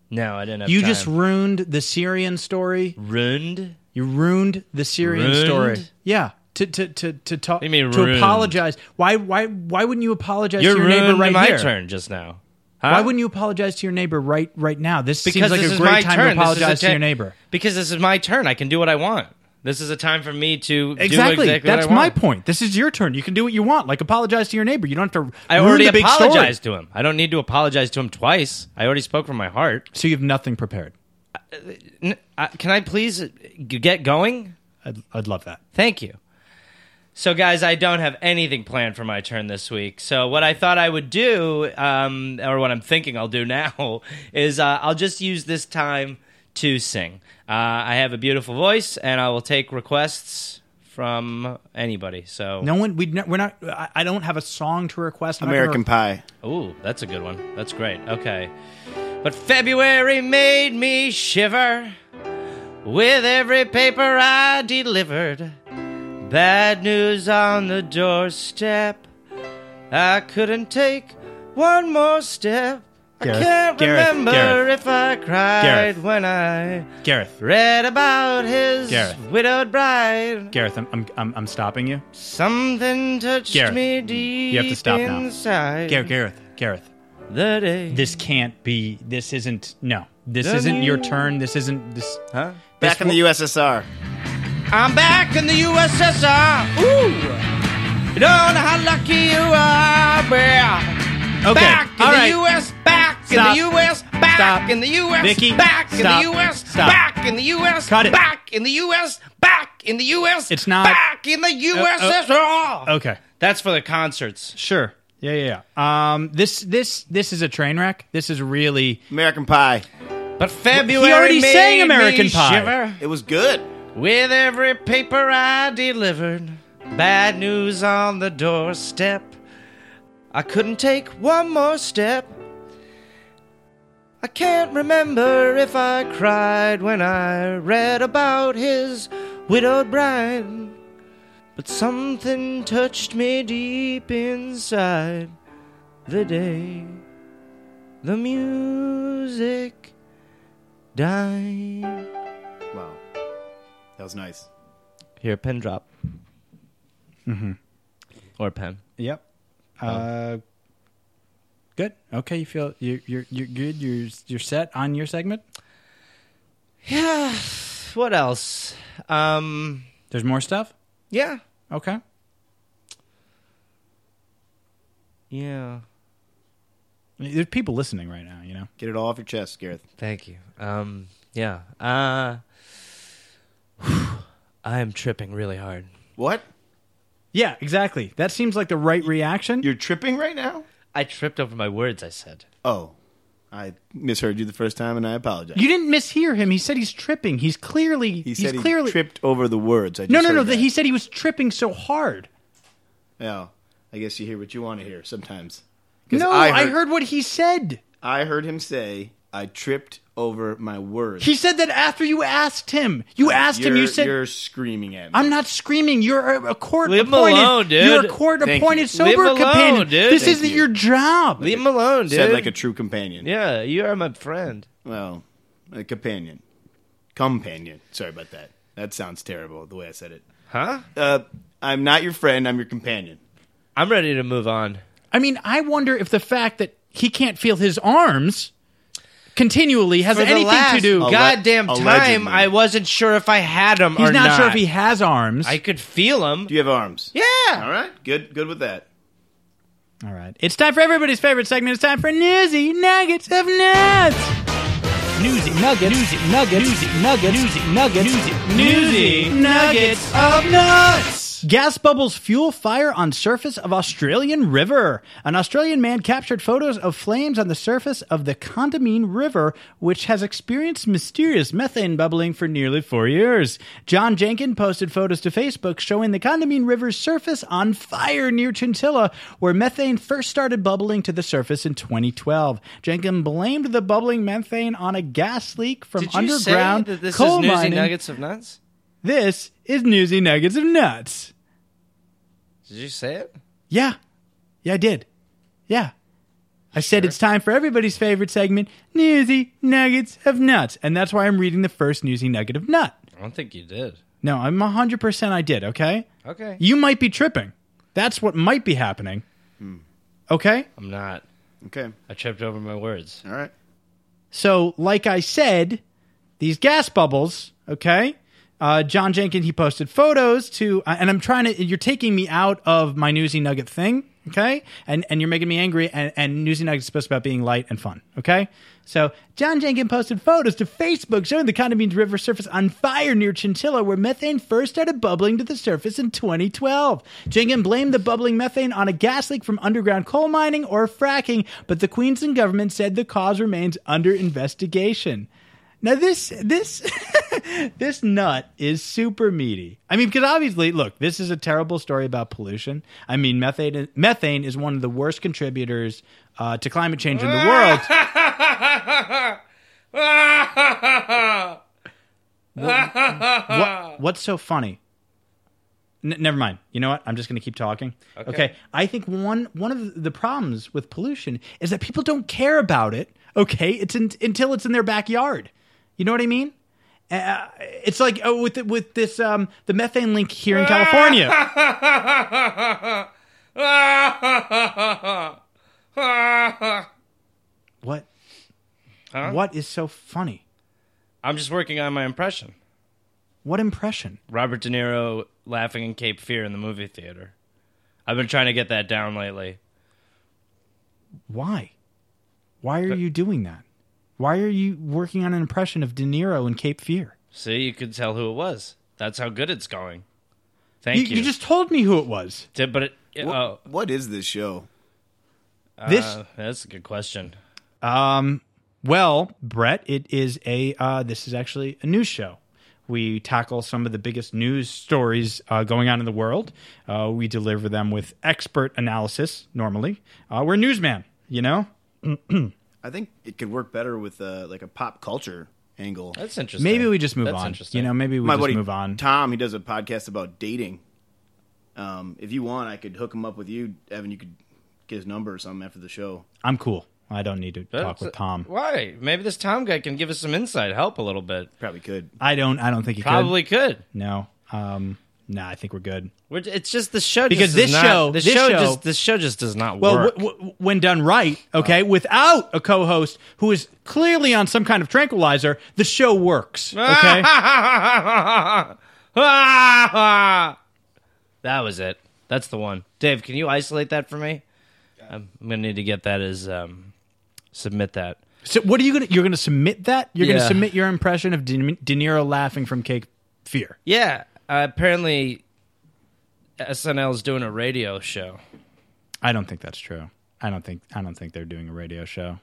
[SPEAKER 2] No, I didn't have
[SPEAKER 3] You
[SPEAKER 2] time.
[SPEAKER 3] just ruined the Syrian story.
[SPEAKER 2] ruined.
[SPEAKER 3] You ruined the Syrian
[SPEAKER 2] Ruined?
[SPEAKER 3] story. Yeah. To to to to talk.
[SPEAKER 2] What do you mean
[SPEAKER 3] to
[SPEAKER 2] ruined?
[SPEAKER 3] apologize. Why why why wouldn't you apologize
[SPEAKER 2] You're
[SPEAKER 3] to your neighbor
[SPEAKER 2] ruined
[SPEAKER 3] right
[SPEAKER 2] my
[SPEAKER 3] here?
[SPEAKER 2] turn just now.
[SPEAKER 3] Why wouldn't you apologize to your neighbor right right now? This seems like
[SPEAKER 2] this
[SPEAKER 3] a
[SPEAKER 2] is my
[SPEAKER 3] great time
[SPEAKER 2] turn.
[SPEAKER 3] to
[SPEAKER 2] This is a
[SPEAKER 3] apologize to
[SPEAKER 2] ta-
[SPEAKER 3] your neighbor.
[SPEAKER 2] Because this is my turn. I can do what I want. This is a time for me to do
[SPEAKER 3] Exactly.
[SPEAKER 2] exactly
[SPEAKER 3] That's
[SPEAKER 2] what I
[SPEAKER 3] my
[SPEAKER 2] want.
[SPEAKER 3] point. This is your turn. You can do what you want. Like apologize to your neighbor. You don't have to.
[SPEAKER 2] I
[SPEAKER 3] ruin
[SPEAKER 2] already
[SPEAKER 3] the big story.
[SPEAKER 2] apologized to him. I don't need to apologize to him twice. I already spoke from my heart.
[SPEAKER 3] So you have nothing prepared.
[SPEAKER 2] N- I- can I please uh, g- get going?
[SPEAKER 3] I'd, I'd love that.
[SPEAKER 2] Thank you. So, guys, I don't have anything planned for my turn this week. So, what I thought I would do, um, or what I'm thinking I'll do [laughs] now, is uh, I'll just use this time to sing. Uh, I have a beautiful voice, and I will take requests from anybody. So,
[SPEAKER 3] No one. We we're not. I, I don't have a song to request. I'm not gonna
[SPEAKER 4] American Pie.
[SPEAKER 2] Ooh, that's a good one. That's great. Okay. But February made me shiver with every paper I delivered. Bad news on the doorstep. I couldn't take one more step. I
[SPEAKER 3] Gareth,
[SPEAKER 2] can't
[SPEAKER 3] Gareth,
[SPEAKER 2] remember
[SPEAKER 3] Gareth.
[SPEAKER 2] if I cried
[SPEAKER 3] Gareth.
[SPEAKER 2] when I
[SPEAKER 3] re- Gareth.
[SPEAKER 2] read about his
[SPEAKER 3] Gareth.
[SPEAKER 2] widowed bride.
[SPEAKER 3] Gareth, I'm, I'm I'm I'm stopping you.
[SPEAKER 2] Something touched
[SPEAKER 3] Gareth,
[SPEAKER 2] me deep
[SPEAKER 3] have to stop now.
[SPEAKER 2] inside
[SPEAKER 3] Gareth. Gareth. Gareth.
[SPEAKER 2] the day.
[SPEAKER 3] This can't be. This isn't. No. This isn't your turn. This isn't. This.
[SPEAKER 2] huh?
[SPEAKER 4] Back in the USSR.
[SPEAKER 2] I'm back in the USSR. Ooh. You don't know how lucky you are, boy.
[SPEAKER 3] Okay.
[SPEAKER 2] Back in
[SPEAKER 3] all right.
[SPEAKER 2] the US, back
[SPEAKER 3] Stop.
[SPEAKER 2] in the US, back
[SPEAKER 3] Stop.
[SPEAKER 2] in the US,
[SPEAKER 3] Vicky,
[SPEAKER 2] back
[SPEAKER 3] stop.
[SPEAKER 2] in the US,
[SPEAKER 3] Stop.
[SPEAKER 2] back in the US,
[SPEAKER 3] Cut it.
[SPEAKER 2] back in the US, back in the US,
[SPEAKER 3] It's not- Uh,
[SPEAKER 2] back in the USSR.
[SPEAKER 3] Okay.
[SPEAKER 2] That's for the concerts.
[SPEAKER 3] Sure. Yeah, yeah, yeah. Um, this, this, this is a train wreck. This is really.
[SPEAKER 4] American Pie.
[SPEAKER 2] But February
[SPEAKER 3] already
[SPEAKER 2] made
[SPEAKER 3] sang American
[SPEAKER 2] me
[SPEAKER 3] Pie.
[SPEAKER 2] shiver.
[SPEAKER 4] It was good.
[SPEAKER 2] With every paper I delivered, bad news on the doorstep. I couldn't take one more step. I can't remember if I cried when I read about his widowed bride. But something touched me deep inside the day. The music die.
[SPEAKER 4] Wow, that was nice.
[SPEAKER 2] Hear a pin drop. Mm-hmm. Or a pen.
[SPEAKER 3] Yep. Uh, good. Okay. You feel you're you're, you're good. You're you're set on your segment.
[SPEAKER 2] Yeah. [sighs] What else? Um.
[SPEAKER 3] There's more stuff.
[SPEAKER 2] Yeah.
[SPEAKER 3] Okay.
[SPEAKER 2] Yeah.
[SPEAKER 3] There's people listening right now. You know.
[SPEAKER 4] Get it all off your chest, Gareth.
[SPEAKER 2] Thank you. Um. Yeah. Uh. [sighs] I am tripping really hard.
[SPEAKER 4] What?
[SPEAKER 3] Yeah. Exactly. That seems like the right reaction.
[SPEAKER 4] You're tripping right now?
[SPEAKER 2] I tripped over my words. I said.
[SPEAKER 4] Oh, I misheard you the first time, and I apologize.
[SPEAKER 3] You didn't mishear him. He said he's tripping. He's clearly.
[SPEAKER 4] he said
[SPEAKER 3] he's
[SPEAKER 4] he
[SPEAKER 3] clearly.
[SPEAKER 4] tripped over the words. I just
[SPEAKER 3] no, no,
[SPEAKER 4] heard
[SPEAKER 3] no.
[SPEAKER 4] That.
[SPEAKER 3] That. He said he was tripping so hard.
[SPEAKER 4] Yeah, I guess you hear what you want to hear sometimes. 'Cause
[SPEAKER 3] No, I heard, what he said.
[SPEAKER 4] I heard him say, "I tripped over my words."
[SPEAKER 3] He said that after you asked him. You asked him.
[SPEAKER 4] You're-
[SPEAKER 3] You said,
[SPEAKER 4] "You're screaming at me."
[SPEAKER 3] "I'm not screaming. You're a- a court
[SPEAKER 2] Leave him
[SPEAKER 3] appointed.
[SPEAKER 2] alone, dude.
[SPEAKER 3] You're a court
[SPEAKER 4] Thank
[SPEAKER 3] appointed
[SPEAKER 4] you.
[SPEAKER 3] sober
[SPEAKER 2] Leave him
[SPEAKER 3] companion.
[SPEAKER 2] alone, dude.
[SPEAKER 3] This
[SPEAKER 2] Thank
[SPEAKER 3] isn't
[SPEAKER 4] you.
[SPEAKER 3] your job."
[SPEAKER 2] Leave him alone, dude.
[SPEAKER 4] said like a true companion.
[SPEAKER 2] Yeah, you are my friend.
[SPEAKER 4] Well, a companion, companion. Sorry about that. That sounds terrible the way I said it.
[SPEAKER 2] Huh?
[SPEAKER 4] Uh, I'm not your friend. I'm your companion.
[SPEAKER 2] I'm ready to move on.
[SPEAKER 3] I mean, I wonder if the fact that he can't feel his arms continually has
[SPEAKER 2] For the
[SPEAKER 3] anything to
[SPEAKER 2] last
[SPEAKER 3] do.
[SPEAKER 4] Alle-
[SPEAKER 2] goddamn time,
[SPEAKER 4] allegedly.
[SPEAKER 2] I wasn't sure if I had him
[SPEAKER 3] He's
[SPEAKER 2] or
[SPEAKER 3] not, sure if he has arms.
[SPEAKER 2] I could feel him.
[SPEAKER 4] Do you have arms?
[SPEAKER 2] Yeah.
[SPEAKER 4] All right. Good. Good with that.
[SPEAKER 3] All right. It's time for everybody's favorite segment. It's time for Newsy Nuggets of Nuts. Newsy Nuggets. Newsy Nuggets. Newsy Nuggets. Newsy Nuggets. Newsy, Nuggets of Nuts. Gas bubbles fuel fire on surface of Australian River. An Australian man captured photos of flames on the surface of the Condamine River, which has experienced mysterious methane bubbling for nearly four years. John Jenkin posted photos to Facebook showing the Condamine River's surface on fire near Chinchilla, where methane first started bubbling to the surface in 2012. Jenkin blamed the bubbling methane on a gas leak from
[SPEAKER 2] Did you
[SPEAKER 3] underground
[SPEAKER 2] say that this
[SPEAKER 3] coal
[SPEAKER 2] is Newsy
[SPEAKER 3] mining.
[SPEAKER 2] Nuggets of Nuts?
[SPEAKER 3] This is Newsy Nuggets of Nuts.
[SPEAKER 2] Did you say it?
[SPEAKER 3] Yeah. Yeah, I did. Yeah. I said it's time for everybody's favorite segment, Newsy Nuggets of Nuts. And that's why I'm reading the first Newsy Nugget of Nut.
[SPEAKER 2] I don't think you did.
[SPEAKER 3] No, I'm 100% I did, okay?
[SPEAKER 2] Okay.
[SPEAKER 3] You might be tripping. That's what might be happening. Okay?
[SPEAKER 2] I'm not.
[SPEAKER 4] Okay.
[SPEAKER 2] I tripped over my words.
[SPEAKER 4] All right.
[SPEAKER 3] So, like I said, these gas bubbles, okay? Uh, John Jenkins, he posted photos to, uh, and I'm trying to, you're taking me out of my Newsy Nugget thing, okay? And and you're making me angry, and, and Newsy Nugget's supposed to be about being light and fun, okay? So, John Jenkins posted photos to Facebook showing the Condamine River surface on fire near Chinchilla, where methane first started bubbling to the surface in 2012. Jenkins blamed the bubbling methane on a gas leak from underground coal mining or fracking, but the Queensland government said the cause remains under investigation. Now this this [laughs] this nut is super meaty. I mean, because obviously, look, this is a terrible story about pollution. I mean, methane methane is one of the worst contributors uh, to climate change in the world. What, what's so funny? N- never mind. You know what? I'm just going to keep talking. Okay. I think one one of the problems with pollution is that people don't care about it. Okay, it's in, until it's in their backyard. You know what I mean? Uh, it's like oh, with the, with this um, the methane link here in California. what? What is so funny?
[SPEAKER 2] I'm just working on my impression.
[SPEAKER 3] What impression?
[SPEAKER 2] Robert De Niro laughing in Cape Fear in the movie theater. I've been trying to get that down lately.
[SPEAKER 3] Why? Why are you doing that? Why are you working on an impression of De Niro in Cape Fear?
[SPEAKER 2] See, you could tell who it was. That's how good it's going. Thank
[SPEAKER 3] You,
[SPEAKER 2] you.
[SPEAKER 3] you just told me who it was.
[SPEAKER 2] Did- but it,
[SPEAKER 4] What,
[SPEAKER 2] oh,
[SPEAKER 4] what is this show?
[SPEAKER 2] Uh,
[SPEAKER 3] This,
[SPEAKER 2] that's a good question.
[SPEAKER 3] um, well, Brett, it is a. Uh, this is actually a news show. We tackle some of the biggest news stories uh, going on in the world. Uh, we deliver them with expert analysis. Normally, uh, we're newsman. You know,
[SPEAKER 4] I think it could work better with uh, like a pop culture angle.
[SPEAKER 2] That's interesting.
[SPEAKER 3] maybe we just move
[SPEAKER 2] That's
[SPEAKER 3] on.
[SPEAKER 2] Interesting.
[SPEAKER 3] You know, maybe we
[SPEAKER 4] My
[SPEAKER 3] just
[SPEAKER 4] buddy
[SPEAKER 3] move on.
[SPEAKER 4] Tom, he does a podcast about dating. Um, if you want, I could hook him up with you, Evan. You could get his number or something after the show.
[SPEAKER 3] I'm cool. I don't need to talk with Tom.
[SPEAKER 2] Why? Maybe this Tom guy can give us some insight, help a little bit.
[SPEAKER 4] Probably could.
[SPEAKER 3] I don't. I don't think he could.
[SPEAKER 2] Probably could.
[SPEAKER 3] no. Um, nah, I think we're good.
[SPEAKER 2] We're, it's just the show
[SPEAKER 3] Because
[SPEAKER 2] just
[SPEAKER 3] this
[SPEAKER 2] is not-
[SPEAKER 3] show-
[SPEAKER 2] this
[SPEAKER 3] this
[SPEAKER 2] show,
[SPEAKER 3] show-
[SPEAKER 2] just this show just does not
[SPEAKER 3] Well,
[SPEAKER 2] work.
[SPEAKER 3] w- w- when done right, okay, without a co-host who is clearly on some kind of tranquilizer, the show works. [laughs] Okay,
[SPEAKER 2] [laughs] that was it. That's the one. Dave, can you isolate that for me? I'm I'm gonna need to get that as um, submit that.
[SPEAKER 3] so what are you gonna? You're gonna submit that? You're
[SPEAKER 2] Yeah.
[SPEAKER 3] gonna submit your impression of De, De Niro laughing from Cake Fear?
[SPEAKER 2] Yeah, uh, apparently SNL is doing a radio show.
[SPEAKER 3] I don't think that's true. I don't think. I don't think they're doing a radio show.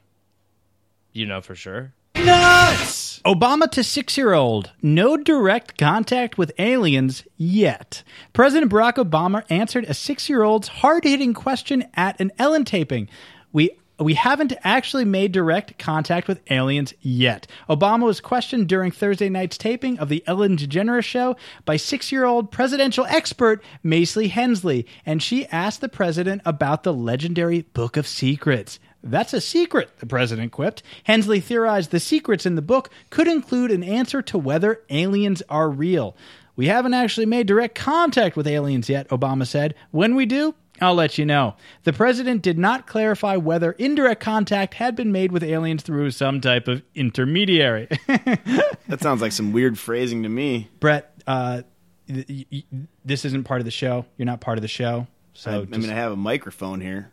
[SPEAKER 2] You know for sure.
[SPEAKER 3] Obama to six year old. No direct contact with aliens yet. President Barack Obama answered a six year old's hard hitting question at an Ellen taping. We we haven't actually made direct contact with aliens yet. Obama was questioned during Thursday night's taping of the Ellen DeGeneres show by six year old presidential expert Maisley Hensley, and she asked the president about the legendary Book of Secrets. That's a secret, the president quipped. Hensley theorized the secrets in the book could include an answer to whether aliens are real. We haven't actually made direct contact with aliens yet, Obama said. When we do, I'll let you know. The president did not clarify whether indirect contact had been made with aliens through some type of intermediary. [laughs]
[SPEAKER 4] That sounds like some weird phrasing to me.
[SPEAKER 3] Brett, uh, th- y- y- this isn't part of the show. You're not part of the show. So,
[SPEAKER 4] I, I
[SPEAKER 3] Oh, just-
[SPEAKER 4] mean, I have a microphone here.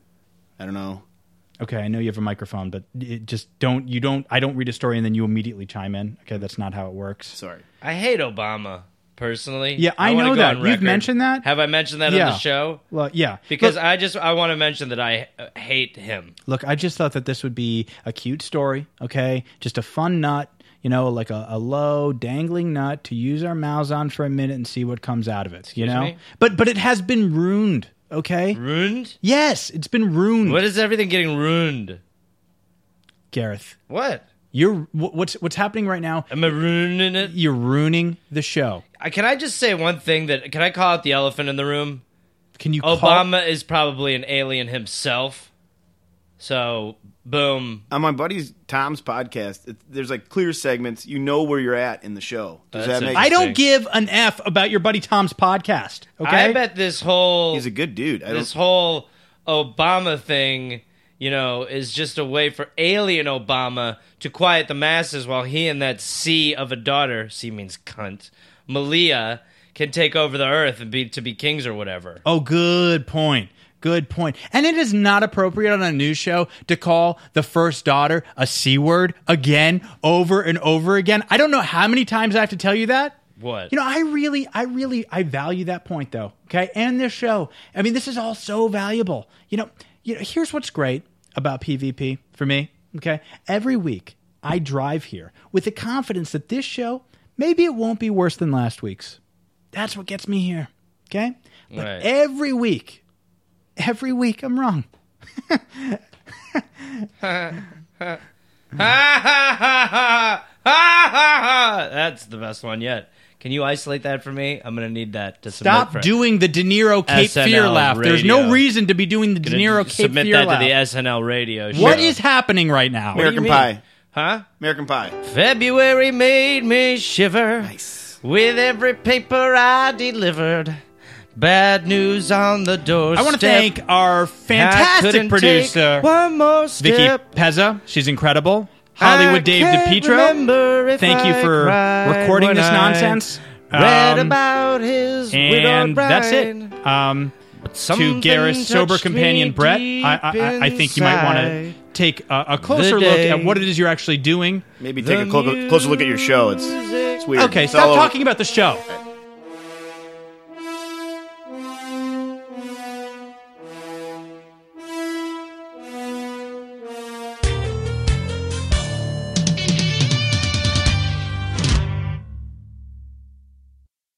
[SPEAKER 4] I don't know.
[SPEAKER 3] okay, I know you have a microphone, but it just don't, you don't, I don't read a story and then you immediately chime in. Okay, that's not how it works.
[SPEAKER 4] Sorry.
[SPEAKER 2] I hate Obama personally.
[SPEAKER 3] Yeah, I
[SPEAKER 2] wanna
[SPEAKER 3] know
[SPEAKER 2] go
[SPEAKER 3] that.
[SPEAKER 2] on
[SPEAKER 3] You've
[SPEAKER 2] record.
[SPEAKER 3] mentioned that?
[SPEAKER 2] Have I mentioned that on
[SPEAKER 3] Yeah.
[SPEAKER 2] the show?
[SPEAKER 3] Well, yeah,
[SPEAKER 2] Because
[SPEAKER 3] Look-
[SPEAKER 2] I just I want to mention that I uh, hate him.
[SPEAKER 3] Look, I just thought that this would be a cute story, okay? Just a fun nut, you know, like a, a low dangling nut to use our mouths on for a minute and see what comes out of it, you know?
[SPEAKER 2] me?
[SPEAKER 3] But but it has been ruined, okay?
[SPEAKER 2] Ruined.
[SPEAKER 3] yes, it's been ruined.
[SPEAKER 2] What is everything getting ruined?
[SPEAKER 3] Gareth,
[SPEAKER 2] What?
[SPEAKER 3] you're wh- what's what's happening right now?
[SPEAKER 2] Am I ruining it?
[SPEAKER 3] You're ruining the show.
[SPEAKER 2] I- Can I just say one thing that can I call out the elephant in the room?
[SPEAKER 3] Can you call
[SPEAKER 2] Obama is probably an alien himself. So boom.
[SPEAKER 4] On my buddy's Tom's podcast, it, there's like clear segments. You know where you're at in the show. Does
[SPEAKER 2] That's
[SPEAKER 4] that make?
[SPEAKER 2] a-
[SPEAKER 3] I don't
[SPEAKER 2] Interesting.
[SPEAKER 3] give an F about your buddy Tom's podcast, okay?
[SPEAKER 2] I bet this whole
[SPEAKER 4] He's a good dude. I
[SPEAKER 2] this
[SPEAKER 4] don't.
[SPEAKER 2] whole Obama thing, you know, is just a way for alien Obama to quiet the masses while he and that C of a daughter, C means cunt, Malia, can take over the earth and be to be kings or whatever.
[SPEAKER 3] Oh, good point. Good point. And it is not appropriate on a news show to call the first daughter a C word again, over and over again. I don't know how many times I have to tell you that.
[SPEAKER 2] What?
[SPEAKER 3] You know, I really, I really, I value that point though. Okay. And this show. I mean, this is all so valuable. You know, you know, here's what's great about PvP for me. Okay. Every week I drive here with the confidence that this show, maybe it won't be worse than last week's. That's what gets me here. Okay. But
[SPEAKER 2] Right.
[SPEAKER 3] every week, every week I'm wrong.
[SPEAKER 2] That's the best one yet. Can you isolate that for me? I'm gonna need that to submit
[SPEAKER 3] Stop
[SPEAKER 2] for-
[SPEAKER 3] doing the De Niro Cape
[SPEAKER 2] SNL
[SPEAKER 3] Fear laugh. There's no
[SPEAKER 2] radio.
[SPEAKER 3] reason to be doing the De
[SPEAKER 2] Gonna
[SPEAKER 3] Niro Cape
[SPEAKER 2] submit
[SPEAKER 3] Fear
[SPEAKER 2] that
[SPEAKER 3] laugh.
[SPEAKER 2] to the SNL radio. Show.
[SPEAKER 3] what is happening right now?
[SPEAKER 2] do you
[SPEAKER 4] American
[SPEAKER 2] mean?
[SPEAKER 4] Pie.
[SPEAKER 2] huh?
[SPEAKER 4] American Pie.
[SPEAKER 2] February made me shiver. With every paper I delivered, bad news on the doorstep.
[SPEAKER 3] I want to thank our
[SPEAKER 2] I couldn't
[SPEAKER 3] fantastic producer,
[SPEAKER 2] take one more
[SPEAKER 3] Vicky
[SPEAKER 2] step.
[SPEAKER 3] Pezza. She's incredible. Hollywood
[SPEAKER 2] I
[SPEAKER 3] Dave
[SPEAKER 2] can't
[SPEAKER 3] DePietro.
[SPEAKER 2] remember if
[SPEAKER 3] Thank you
[SPEAKER 2] I
[SPEAKER 3] for
[SPEAKER 2] cried
[SPEAKER 3] recording
[SPEAKER 2] when
[SPEAKER 3] this
[SPEAKER 2] I
[SPEAKER 3] nonsense.
[SPEAKER 2] Read
[SPEAKER 3] Um,
[SPEAKER 2] about his
[SPEAKER 3] and
[SPEAKER 2] widow
[SPEAKER 3] that's
[SPEAKER 2] Brian.
[SPEAKER 3] it. Um, to Gareth's sober companion Brett, I, I, I- I think you might want to take a, a closer look
[SPEAKER 2] day.
[SPEAKER 3] at what it is you're actually doing.
[SPEAKER 4] Maybe take a clo- closer look at your show. It's, it's weird.
[SPEAKER 3] Okay,
[SPEAKER 4] It's all
[SPEAKER 3] stop
[SPEAKER 4] over-
[SPEAKER 3] talking about the show.